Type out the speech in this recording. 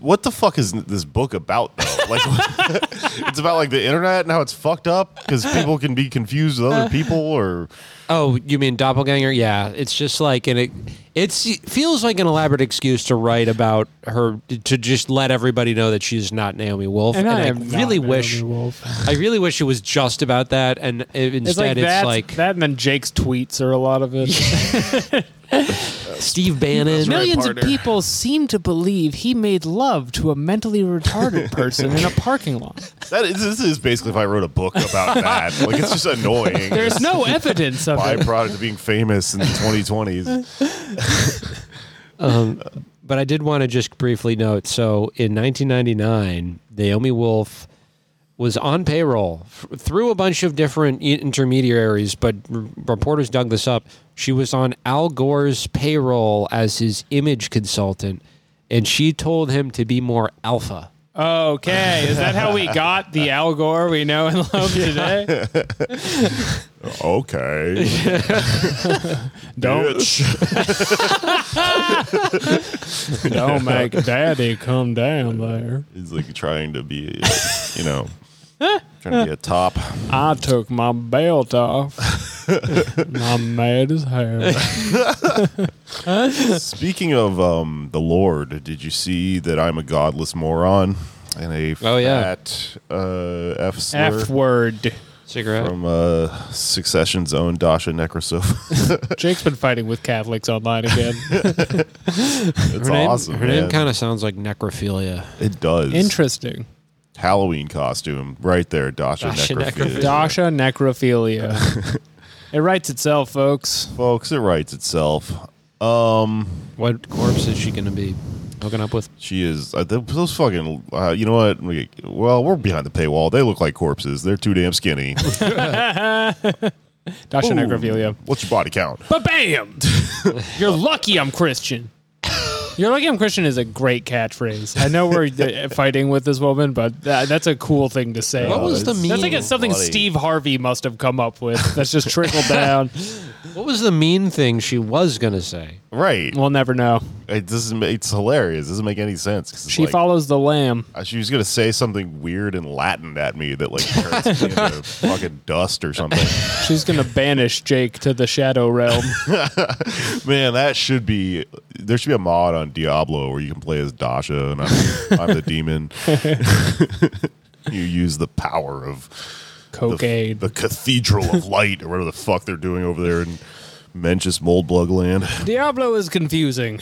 What the fuck is this book about? Though? Like, it's about like the internet and how it's fucked up because people can be confused with other people. Or Oh, you mean doppelganger? Yeah, it's just like an. It's it feels like an elaborate excuse to write about her to just let everybody know that she's not Naomi Wolf. And, I, am not really Naomi wish Wolf. I really wish it was just about that, and i- It's like instead it's that, like, that, and then Jake's tweets are a lot of it. Steve Bannon. right. Millions of partner. people seem to believe he made love to a mentally retarded person in a parking lot. that is, this is basically if I wrote a book about that. Like, it's just annoying. There's It's no evidence of a it. byproduct of being famous in the 2020s. Um, but I did want to just briefly note. So in 1999, Naomi Wolf was on payroll f- through a bunch of different i- intermediaries, but r- reporters dug this up. She was on Al Gore's payroll as his image consultant, and she told him to be more alpha. Okay, is that how we got the Al Gore we know and love today? Okay, bitch. Don't make Daddy come down there. He's like trying to be, you know, trying to be a top. I took my belt off. And I'm mad as hell. Speaking of um, the Lord, did you see that I'm a godless moron and a Oh, yeah. fat uh, F slur F word. Cigarette. from uh, Succession's own Dasha Necrosova? Jake's been fighting with Catholics online again. it's her name, awesome. her name man. kind of sounds like necrophilia. it does. Interesting. Halloween costume right there, Dasha, Dasha Necrophilia. Necrophilia. Dasha necrophilia. it writes itself, folks. Folks, it writes itself. What corpse is she going to be hooking up with? She is uh, th- those fucking. Uh, you know what? We, well, we're behind the paywall. They look like corpses. They're too damn skinny. Dasha Ooh, necrophilia. What's your body count? But bam! You're lucky I'm Christian. You're lucky I'm Christian is a great catchphrase. I know we're uh, fighting with this woman, but tha- that's a cool thing to say. What was the that's- meme? That's like a, something Bloody. Steve Harvey must have come up with. That's just trickled down. what was the mean thing she was going to say? Right. We'll never know. It doesn't. ma- It's hilarious. It doesn't make any sense. 'cause it's She like- follows the lamb. uh, She was gonna say something weird in Latin at me that like turns me into fucking dust or something. She's gonna banish Jake to the shadow realm. Man, that should be. There should be a mod on Diablo where you can play as Dasha and I'm, I'm the demon. you use the power of the, Cocaine. the Cathedral of Light or whatever the fuck they're doing over there in Mencius Moldblood Land. Diablo is confusing.